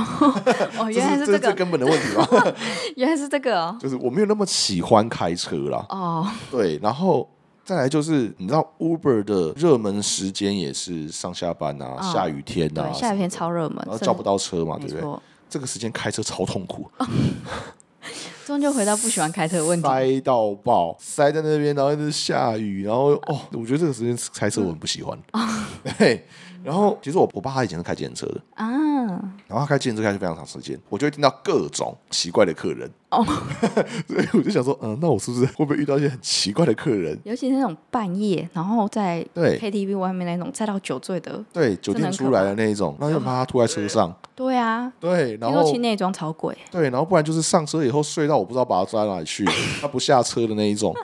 这原来是这最这个，根本的问题吧？原来是这个哦。 就是我没有那么喜欢开车啦。哦，对，然后再来就是，你知道 Uber 的热门时间也是上下班啊，嗯下雨天啊，对，下雨天超热门，然后这叫哦不到车嘛，对没不对？错，这个时间开车超痛苦，终究回到不喜欢开车的问题。塞到爆，塞在那边，然后一直下雨，然后哦，我觉得这个时间开车我很不喜欢。嗯 对，然后其实我我爸他以前是开计程车的，啊，然后他开计程车开了非常长时间，我就会听到各种奇怪的客人。哦， 所以我就想说，嗯，那我是不是会不会遇到一些很奇怪的客人？尤其是那种半夜，然后在对 KTV 外面那种再到酒醉的，对，酒真的店很出可来怕嗯的那一种，然后又怕他吐在车上，对啊，对，听然说后清内装超贵，对，然后不然就是上车以后睡到我不知道把他抓到哪里去，他不下车的那一种。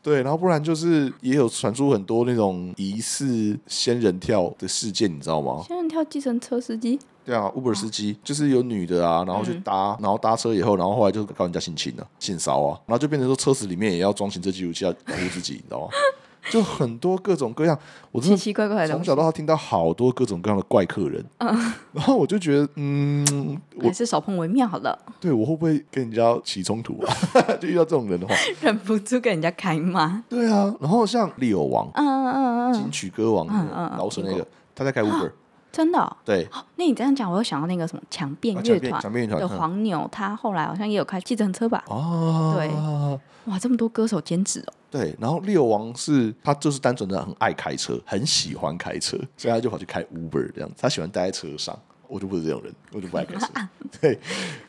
对，然后不然就是也有传出很多那种疑似仙人跳的事件，你知道吗？仙人跳计程车司机，对啊，Uber 司机就是有女的啊，然后去嗯搭，然后搭车以后，然后后来就告人家性侵了、性骚啊，然后就变成说车子里面也要装行车记录器来保护自己，你知道吗？就很多各种各样，我真奇的奇怪怪的从东小西，嗯到大听到好多各种各样的怪客人，然后我就觉得，嗯，我还是少碰为妙好了，对我会不会跟人家起冲突啊？ 就遇到这种人的话，忍不住跟人家开骂。对啊。然后像力友王、嗯嗯嗯金嗯，曲歌王、嗯嗯嗯饶舌那听个，他在开 Uber，真的哦、对，哦那你这样讲，我又想到那个什么强变啊乐强变团强变乐团的嗯黄牛，他后来好像也有开计程车吧？啊，对哇，这么多歌手兼职哦，对，然后六王是他就是单纯的很爱开车，很喜欢开车，所以他就跑去开 Uber 这样子，他喜欢待在车上。我就不是这种人，我就不爱 开车。对，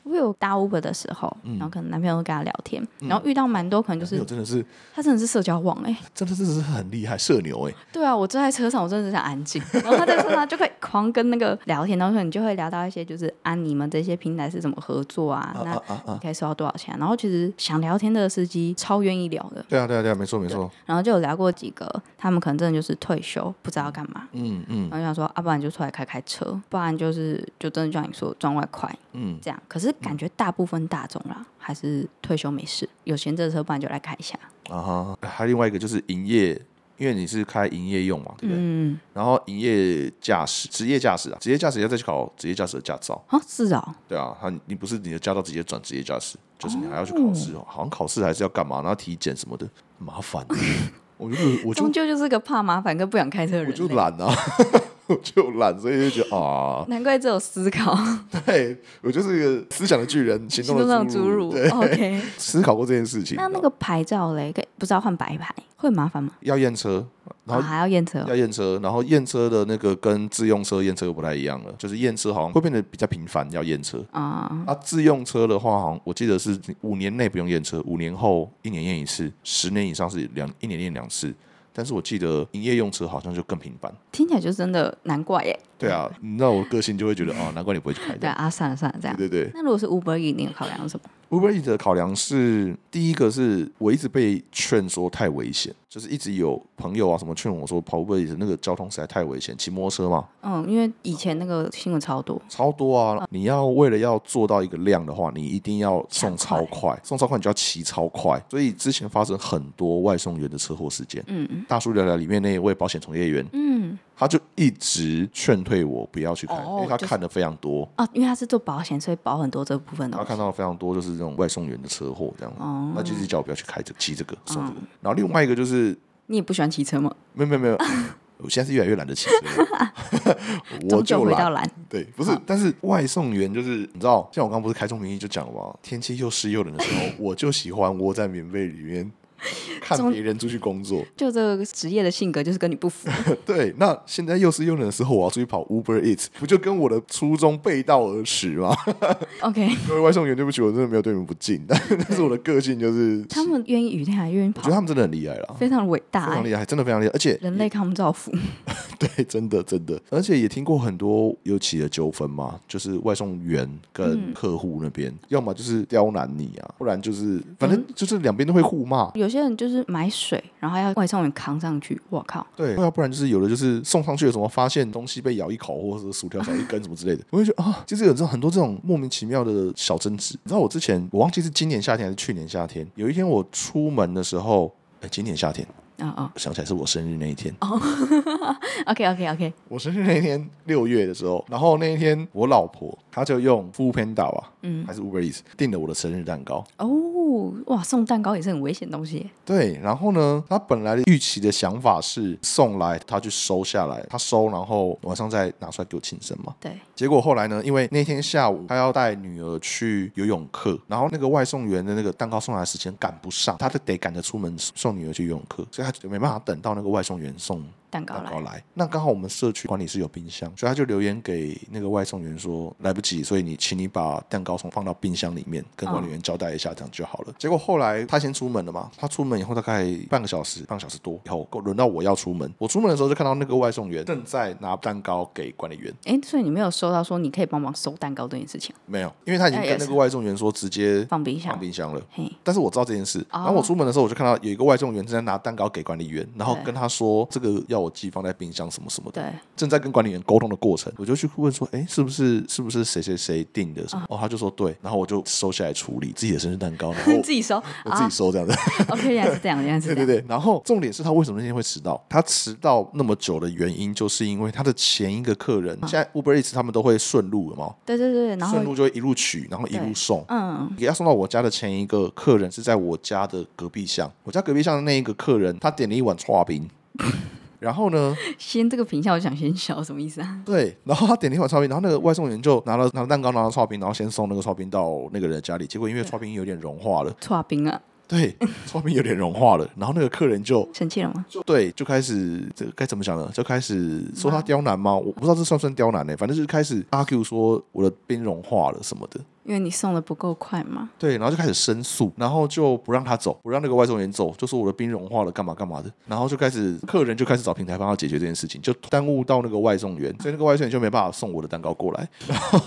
我有搭 Uber 的时候，嗯然后可能男朋友会跟他聊天，然后遇到蛮多可能就没有是真的是，他真的是社交网哎、真的真的是很厉害，社牛哎、对啊，我坐在车上，我真的是想安静。然后他在车上就可以狂跟那个聊天，然后可能就会聊到一些就是啊，你们这些平台是怎么合作啊啊？啊啊那你啊！可以收到多少钱？然后其实想聊天的司机超愿意聊的，对啊，对啊，对啊，没错，没错。然后就有聊过几个，他们可能真的就是退休，不知道干嘛。嗯嗯然后想说，啊，不然就出来开开车，不然就是就真的像你说赚外快嗯，这样。可是感觉大部分大众啦，还是退休没事，有闲这车，不然就来开一下。啊哈。还有另外一个就是营业，因为你是开营业用嘛，对不对？嗯，然后营业驾驶、职业驾驶啊，职业驾驶要再去考职业驾驶的驾照。哦，是哦，对啊，他你不是你的驾照直接转职业驾驶，就是你还要去考试哦，好像考试还是要干嘛，然后体检什么的，麻 烦。我就我就终究就是个怕麻烦跟不想开车的人我类。就懒啊， 我就懒，所以就觉得啊，难怪只有思考，对我就是一个思想的巨人，行行动动的上侏侏儒。对， OK，思考过这件事情。那那个牌照嘞，可以不知道换白牌会麻烦吗？要验车，然后啊，还要验车哦要验车，然后验车的那个跟自用车验车又不太一样了，就是验车好像会变得比较频繁，要验车。啊？啊，自用车的话，好像我记得是五年内不用验车，五年后一年验一次，十年以上是两一年验两次。但是我记得营业用车好像就更频繁。听起来就真的难怪耶。对啊，那我个性就会觉得哦，难怪你不会去开对的。啊，算了算了，这样。对对对那如果是 Uber E，你有考量什么？ ，Uber Eats 的考量是第一个是我一直被劝说太危险，就是一直有朋友啊什么劝我说跑 Uber Eats 那个交通实在太危险，骑摩托车嘛，嗯，因为以前那个新闻超多，超多嗯啊！你要为了要做到一个量的话，你一定要送超抢快，送超快你就要骑超快。所以之前发生很多外送员的车祸事件。嗯大叔聊聊里面那一位保险从业员，嗯，他就一直劝退我不要去看，哦因为他就是看的非常多，哦，因为他是做保险，所以保很多这部分他的。看到了非常多就是这种外送员的车祸这样，哦他就是叫我不要去开这个骑这个送这个。然后另外一个就是你也不喜欢骑车吗？没有没有没 有，我现在是越来越懒得骑车了， 我终就究回懒到。蓝，对，不是，但是外送员就是你知道，像我刚刚不是开宗明义就讲了吗？天气又湿又冷的时候，我就喜欢窝在棉被里面看中别人出去工作。 就这个职业的性格就是跟你不符。对，那现在又湿又冷的时候，我要出去跑 Uber Eats，不就跟我的初衷背道而驰吗？ 哦 OK，各位外送员，对不起，我真的没有对你们不敬，但但是我的个性就是，他们愿意雨天还愿意我跑觉得，他们真的很厉害啦。非常伟大非常哎，厉害，真的非常厉害，而且人类抗造福。对， 真的真的，而且也听过很多有起的纠纷嘛，就是外送员跟客户那边，要么就是刁难你啊，不然就是反正就是两边都会互骂。有些人就是买水，然后还要外送员扛上去，我靠，对，要不然就是有的就是送上去有什么发现东西被咬一口，或者是薯条少一根什么之类的， 我就觉得啊，其实有这种很多这种莫名其妙的小争执。你知道我之前我忘记是今年夏天还是去年夏天，有一天我出门的时候，哎，今年夏天啊啊想起来是我生日那一天， ，OK OK OK，我生日那一天六月的时候，然后那一天我老婆她就用 f o o Panda 吧，嗯还是 Uber Eats 订了我的生日蛋糕。哦，哇，送蛋糕也是很危险的东西耶，对，然后呢，她本来的预期的想法是送来，她去收下来，她收，然后晚上再拿出来给我庆生嘛。对，结果后来呢，因为那天下午她要带女儿去游泳课，然后那个外送员的那个蛋糕送来的时间赶不上，她就得赶着出门送女儿去游泳课，所以她就没办法等到那个外送员送蛋糕蛋来糕。来。那刚好我们社区管理室有冰箱，所以他就留言给那个外送员说来不及，所以你请你把蛋糕从放到冰箱里面，跟管理员交代一下，这样就嗯好了。结果后来他先出门了嘛，他出门以后大概半个小时、半个小时多以后，轮到我要出门，我出门的时候就看到那个外送员正在拿蛋糕给管理员，哎、所以你没有收到说你可以帮忙收蛋糕这件事情，没有，因为他已经哎跟也那是个外送员说直接放冰箱放。冰箱了。嘿，哦但是我知道这件事，然后我出门的时候我就看到有一个外送员正在拿蛋糕给管理员，然后对跟他说这个要我寄放在冰箱什么什么的，对， 正在跟管理员沟通的过程，我就去问说，哎，是不是是不是谁谁谁订的什啊么？哦，他就说对，然后我就收下来处理自己的生日蛋 糕，然后自己收我自啊己。收这 样子。 OK，原来是这样，原来是对这对 样。对，然后重点是他为什么那天会迟到？他迟到那么久的原因，就是因为他的前一个客人，现在 Uber Eats 他们都会顺路嘛，对对对，啊然后顺路就会一路取，然后一路对送。嗯，给他送到我家的前一个客人是在我家的隔壁巷，我家隔壁巷的那一个客人，他点了一碗刨 冰，然后呢，先这个品相我想先笑，什么意思啊？对，然后他点了一碗刨冰，然后那个外送员就拿了拿了蛋糕，拿了刨冰，然后先送那个刨冰到那个人家里，结果因为刨冰有点融化了，搓冰啊，对，刨冰有点融化了，然后那个客人就生气了吗？就对，就开始这个该怎么讲呢？就开始说他刁难吗？我不知道这算不算刁难呢、欸反正就是开始 argue 说我的冰融化了什么的。因为你送的不够快嘛。对，然后就开始申诉，然后就不让他走，不让那个外送员走，就说我的冰融化了，干嘛干嘛的，然后就开始客人就开始找平台帮他解决这件事情，就耽误到那个外送员，所以那个外送员就没办法送我的蛋糕过来，然后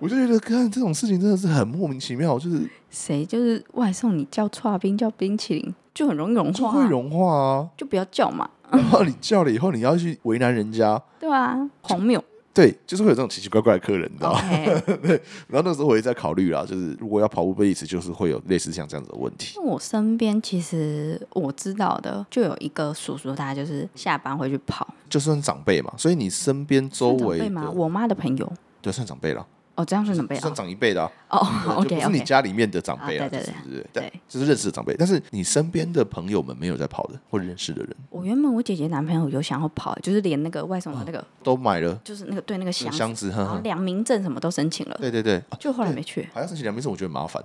我就觉得，看这种事情真的是很莫名其妙，就是谁就是外送，你叫搓冰叫冰淇淋就很容易融就化、会啊，融化啊，就不要叫嘛，然后你叫了以后，你要去为难人家。对啊，哦荒 谬。对，就是会有这种奇奇怪怪的客人，你知道吗？ OK，然后那时候我也在考虑啦，就是如果要跑 Uber Eats，就是会有类似像这样子的问题。那我身边其实我知道的，就有一个叔叔，他就是下班回去跑。就算长辈嘛，所以你身边周算围长辈的吗？我妈的朋友。对，算长辈了，哦，这样算长辈算啊？长一辈的啊，哦对，OK 就不是你 OK，家里面的长辈啊，啊对就是对对对对对，就是认识的长辈，但是你身边的朋友们没有在跑的，或者认识的人我原本我姐姐男朋友有想要跑，就是连那个外送的那个，都买了就是那个对那个那箱个子，嗯箱子，哦呵然后呵，良民证什么都申请了，对对对，啊就后来没去。好像申请良民证，我觉得很麻 烦，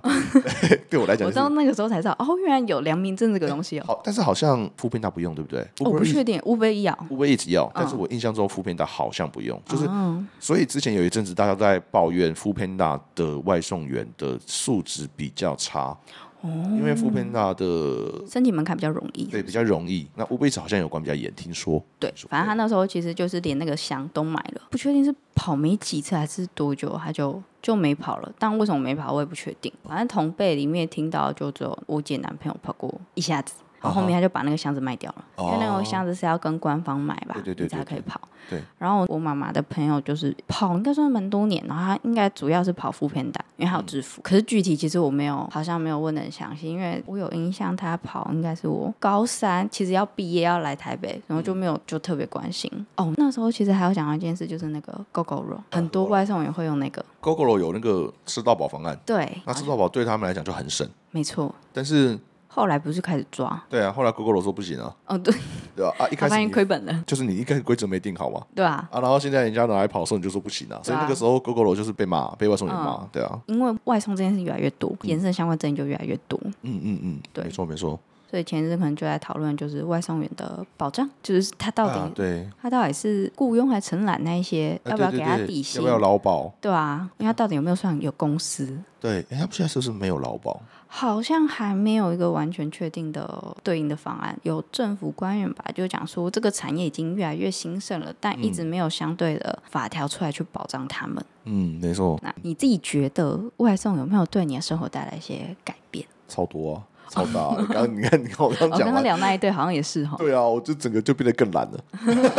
对我来讲就我是到那个时候才知道，哦，原来有良民证这个东西哦。好，但是好像副片他不用，对哎不对？我哦不哦确定，乌龟一咬， Uber Eats 要，但是我印象中副片他好像不用，就是嗯，所以之前有一阵子大家都在抱怨 f o o Panda 的外送员的素质比较差，哦因为 f o o Panda 的申请门槛比较容易。对比较容易，那 Uber Eats 好像有关比较严，听说对，说反正他那时候其实就是连那个箱都买了，不确定是跑没几次还是多久，他就就没跑了。但为什么没跑，我也不确定。反正同辈里面听到就只有我姐男朋友跑过一下子，然啊后后面他就把那个箱子卖掉了，因为那个哦箱子是要跟官方买吧，对对对你才可以跑。对。然后我妈妈的朋友就是跑，应该算蛮多年，然后他应该主要是跑副片打，因为他嗯有制服。可是具体其实我没有，好像没有问的很详细，因为我有印象他跑应该是我高三，其实要毕业要来台北，然后嗯就没有就特别关心。哦，那时候其实还有讲到一件事，就是那个 GoGo 肉，很多外送员会用那个， GoGoRo 有那个吃到饱方案，对，那吃到饱对他们来讲就很省，没错。但是后来不是开始抓，对啊，后来 GoGoRo 说不行啊，哦对，对 吧、啊？一他开发始现你亏本了，就是你一开始规则没定好嘛，对啊，啊，然后现在人家拿来跑送，你就说不行啊，所以那个时候 GoGoRo 就是被骂，被外送员嗯骂，对啊，因为外送这件事越来越多，延伸相关争议就越来越多。嗯嗯嗯，对没错没错，所以前一阵可能就在讨论，就是外送员的保障，就是他到底、啊对，他到底是雇佣还是承揽那一些，啊要不要对给对他对底薪？要不要劳保？对啊，因为他到底有没有算有公司？对，哎，他们现在是不是没有劳保？好像还没有一个完全确定的对应的方案。有政府官员吧，就讲说这个产业已经越来越兴盛了，但一直没有相对的法条出来去保障他们。嗯，没错，那你自己觉得外送有没有对你的生活带来一些改变？超多啊，超大、 啊。刚刚你看，你看我刚刚我讲哦刚刚完，聊那一对好像也是 哈，对啊，我就整个就变得更懒了。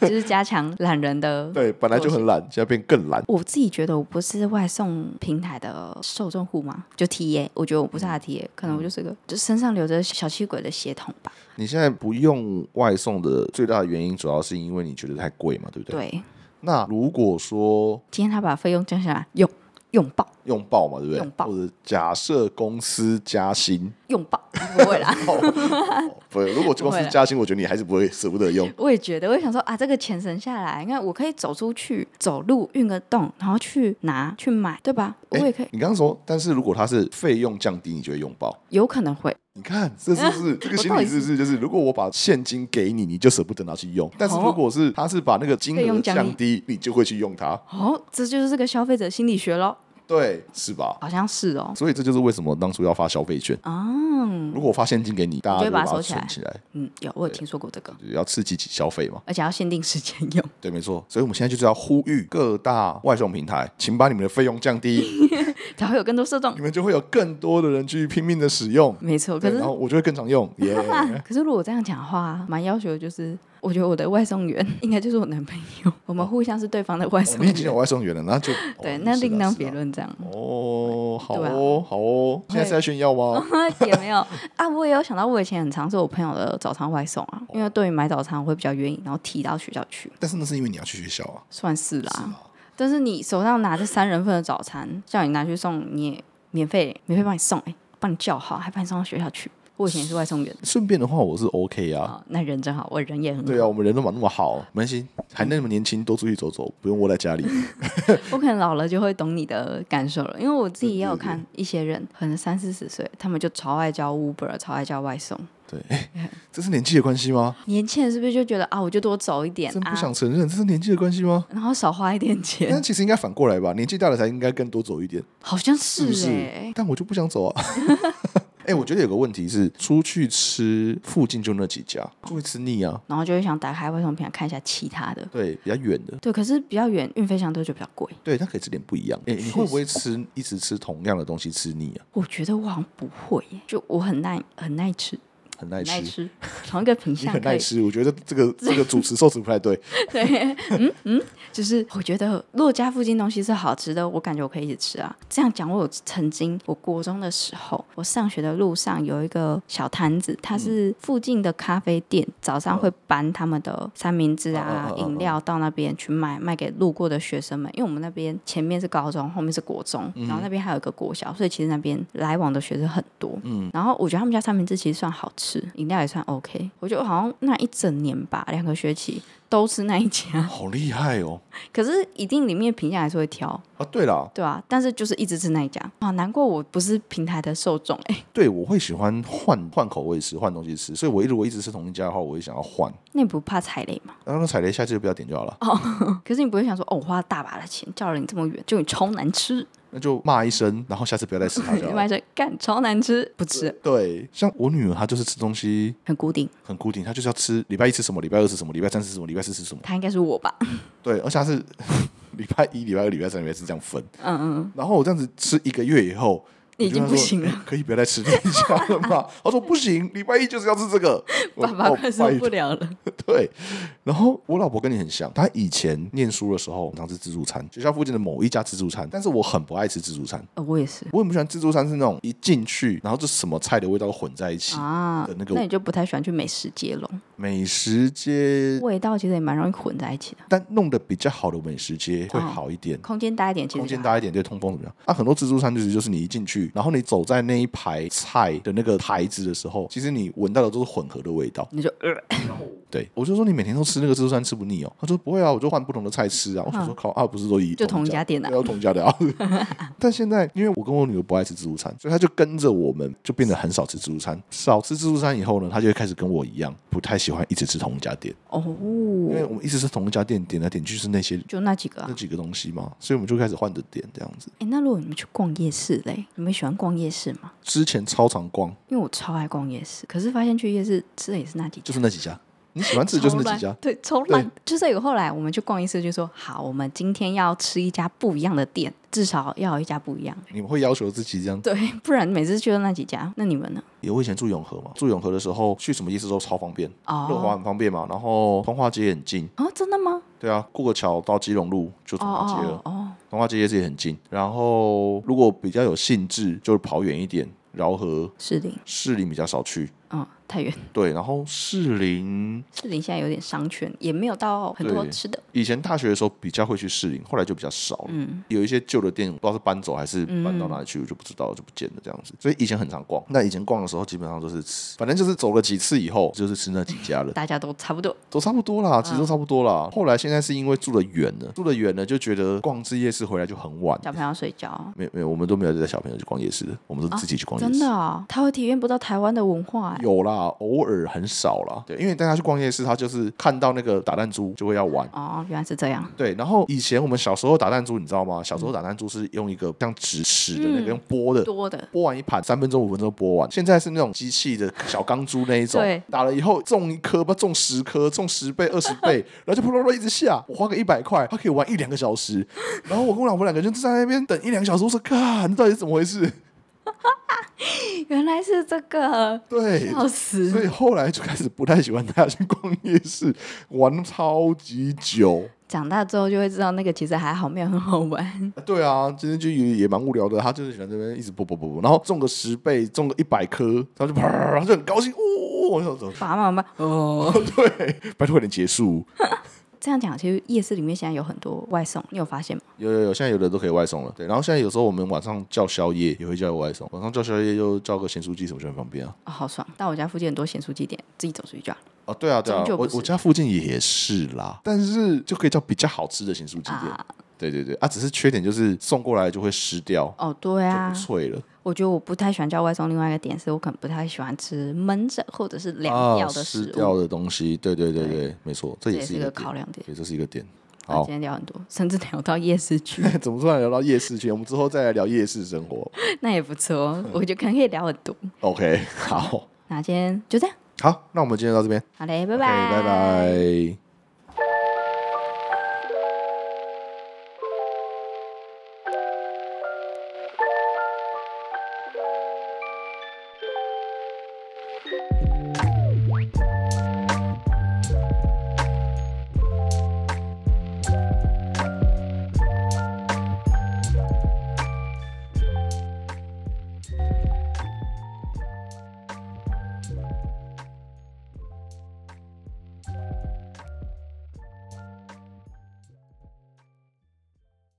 就是加强懒人的 对，本来就很懒，现在变更懒。我自己觉得我不是外送平台的受众户嘛，就 T A，我觉得我不是他的嗯 T A，可能我就是个就身上留着小气鬼的血统吧。你现在不用外送的最大的原因，主要是因为你觉得太贵嘛，对不对？对，那如果说今天他把费用降下来，用用爆用爆嘛，对不对？用爆或者假设公司加薪，用爆，不会 啦。不，如 果公不会啊司啦加薪，我觉得你还是不会舍不得 用。我也觉得，我也想说啊，这个钱省下来，你看我可以走出去走路运个动，然后去拿去买，对吧？我诶也可以，你刚刚说，但是如果它是费用降低，你就会用爆。有可能会，你看，这是 不是这个心理是不是就是，如果我把现金给你，你就舍不得拿去用；但是哦如果是他是把那个金费额用降降低，你就会去用它，哦，这就是这个消费者心理学咯，对，是吧？好像是哦。所以这就是为什么当初要发消费券。嗯如果我发现金给你，大家就会就把把它它收起来存起来，嗯，有我有听说过这个，就是要刺激起消费嘛。而且要限定时间用。对，没错。所以我们现在就是要呼吁各大外送平台，请把你们的费用降低，才会有更多受众你。们就会有更多的人去拼命的使用。没错，对，可哦是然后我就会更常 用，耶、可是如果这样讲的话，蛮要求的就是，我觉得我的外送员 应该就是我男朋友，我们互相是对方的外哦送你已经有员。外送员了，那就对，哦那是的另当是的别论这样。哦，好对啊哦，好哦，现在是在炫耀吗？ 也没有啊，我也有想到，我以前很常是我朋友的早餐外送啊，哦因为对于买早餐我会比较愿意，然后提到学校去， 但是那是因为你要去学校啊，算是啦。是吗？但是你手上拿着三人份的早餐，叫你拿去送，你也免费，免费帮你送，哎、帮你叫好，还帮你送到学校去。我以前也是外送员顺便的话，我是 OK 啊。啊，那人真好，我人也很好。对啊，我们人都嘛那么好，没关系，还那么年轻，多出去走走，不用窝在家里。我可能老了就会懂你的感受了，因为我自己也有对对对看一些人，可能三四十岁，他们就超爱叫 Uber，超爱叫外送。对， 哎这是年纪的关系吗？年轻人是不是就觉得啊，我就多走一点真啊不，想承认，这是年纪的关系吗？然后少花一点钱但，其实应该反过来吧，年纪大了才应该更多走一点，好像是是不哎、是？但我就不想走 啊。哎、我觉得有个问题是，出去吃附近就那几家，就会吃腻啊。然后就会想打开外送平台看一下其他的。对，比较远的，对，可是比较远，运费相对就比较贵。对，它可以吃点不一样。哎、你确会不会吃一直吃同样的东西吃腻啊？我觉得我好像不会耶，就我很耐很耐吃，很耐很吃，耐吃， 同一个品 你相很可耐以。吃。我觉得这 个这个主持受词不太对。对，嗯嗯，就是我觉得洛家附近东西是好吃的，我感觉我可以一直吃啊。这样讲，我有曾经我国中的时候，我上学的路上有一个小摊子，嗯它是附近的咖啡店，早上会搬他们的三明治啊嗯、嗯嗯嗯饮料到那边去卖，卖给路过的学生们。因为我们那边前面是高中，后面是国中，嗯然后那边还有一个国小，所以其实那边来往的学生很多。然后我觉得他们家三明治其实算好吃，饮料也算 OK。我觉得好像那一整年吧，两个学期都吃那一家， 好厉害哦！可是一定里面评价还是会挑，啊，对啦，对啊，但是就是一直吃那一家啊，难怪我不是平台的受众哎、对我会喜欢换换口味吃，换东西吃，所以我一如果一直吃同一家的话，我会想要换。那你不怕踩雷吗？然后那踩雷下次就不要点就好了，可是你不会想说，哦，我花大把的钱叫了你这么远，就你超难吃，那就骂一声，然后下次不要再吃它 就你好买了。着干超难吃，不吃，对，像我女儿她就是吃东西很固定。很固定，她就是要吃礼拜一吃什么，礼拜二吃什么，礼拜三吃什么，礼拜四吃什么。他应该是我吧？对，而且她是 礼拜一、礼拜二、礼拜三、礼拜四这样分。嗯嗯，然后我这样子吃一个月以后，你已我就跟经不她说行了欸可以不要再吃这一家了 吗？她说不行，礼拜一就是要吃这个。我爸爸哦快受拜不了了。对，然后我老婆跟你很像，她以前念书的时候，常吃自助餐，学校附近的某一家自助餐，但是我很不爱吃自助餐，呃，我也是我很不喜欢自助餐是那种一进去，然后就什么菜的味道都混在一起，啊的，那个那你就不太喜欢去美食接龙，美食街，味道其实也蛮容易混在一起的。但弄得比较好的美食街会好一点。哦空间大一点，其实空间就大一点，对通风怎么样？啊，很多自助餐就是就是你一进去，然后你走在那一排菜的那个台子的时候，其实你闻到的都是混合的味道。你就呃，对，我就说你每天都吃那个自助餐吃不腻哦。他说不会啊，我就换不同的菜吃啊。我想说靠啊，不是都一嗯就同一家店啊对啊，同一家的啊。 但现在因为我跟我女儿不爱吃自助餐，所以她就跟着我们就变得很少吃自助餐。少吃自助餐以后呢，她就会开始跟我一样，不太喜欢一直吃同一家店，哦，因为我们一直吃同一家店，点来点去是那些就那几个、啊那。几个东西嘛，所以我们就开始换着点这样子。哎、那如果你们去逛夜市嘞，你们喜欢逛夜市吗？之前超常逛，因为我超爱逛夜市，可是发现去夜市吃的也是那几家，就是那几家，你喜欢吃的就是那几超家烂。对，超烂。就是有后来我们去逛夜市，就说好，我们今天要吃一家不一样的店，至少要有一家不一样。 你们会要求自己这样？对，不然每次去都那几家。那你们呢？有我以前住永和嘛，住永和的时候去什么夜市都超方便，乐华哦，很方便嘛，然后通化街也很近，哦，真的吗？对啊，过个桥到基隆路就哦通化街了哦，哦，通化街夜市也很近。然后如果比较有兴致，就跑远一点，饶河、士林士林比较少去，嗯，太原对，然后士林 士林现在有点商圈，也没有到很多对吃的。以前大学的时候比较会去士林，后来就比较少了。嗯，有一些旧的店，不知道是搬走还是搬到哪里去，我就不知道，就不见了这样子。所以以前很常逛，那以前逛的时候基本上都是吃，反正就是走了几次以后，就是吃那几家了，大家都差不多。都差不多嗯啦，其实都差不多啦。后来现在是因为住的远了，住的远了就觉得逛次夜市回来就很晚。小朋友睡觉，没有没有，我们都没有带小朋友去逛夜市的，我们都自己去逛夜市。真的哦，他会体验不到台湾的文化哎。有啦，偶尔很少啦。对，因为带他去逛夜市，他就是看到那个打弹珠就会要玩。哦，原来是这样。对，然后以前我们小时候打弹珠，你知道吗？小时候打弹珠是用一个像纸尺的那个，嗯用拨的，多的拨完一盘，三分钟、五分钟拨完。现在是那种机器的小钢珠那一种对，打了以后中一颗，不中十颗，中十倍、二十倍，然后就扑噜噜一直下。我花个一百块，它可以玩一两个小时。然后我跟我老婆两个人就在那边等一两个小时，我说：“看，这到底是怎么回事 原来是这 个，？”对。笑所以死！后来就开始不太喜欢带他去逛夜市，玩超级久。长大之后就会知道那个其实还好，没有很好玩。对啊，今天就也也蛮无聊的，他就是喜欢这边一直啵啵啵啵，然后中个十倍，中个一百颗，他就啪，他就很高兴，哦，我想走，爸爸妈妈哦，拜托快点结束。这样讲，其实夜市里面现在有很多外送，你有发现吗？有有有，现在有的都可以外送了。对，然后现在有时候我们晚上叫宵夜也会叫外送，晚上叫宵夜就叫个咸酥鸡什么就很方便啊。哦，好爽！到我家附近很多咸酥鸡店，自己走出去就好了。哦，对啊，对啊终，究不我是我家附近也是啦，但是就可以叫比较好吃的咸酥鸡店。啊，对对对，啊，只是缺点就是送过来就会湿掉，哦，对就啊不，脆了。我觉得我不太喜欢叫外送。另外一个点是我可能不太喜欢吃焖着或者是凉啊，哎掉的湿食掉物，的东西，对对对对对，没错，这这也也是是一一个个点考量点。对，这是一个点。 啊好今，天聊很多，甚至聊到夜市去， 怎么突然聊到夜市去？我们之后再来聊夜市生活。那也不错。哦 我觉得可能可以聊很多。 OK，好，那今天就这样，好，那我们今天到这边，好嘞，拜 OK，拜拜。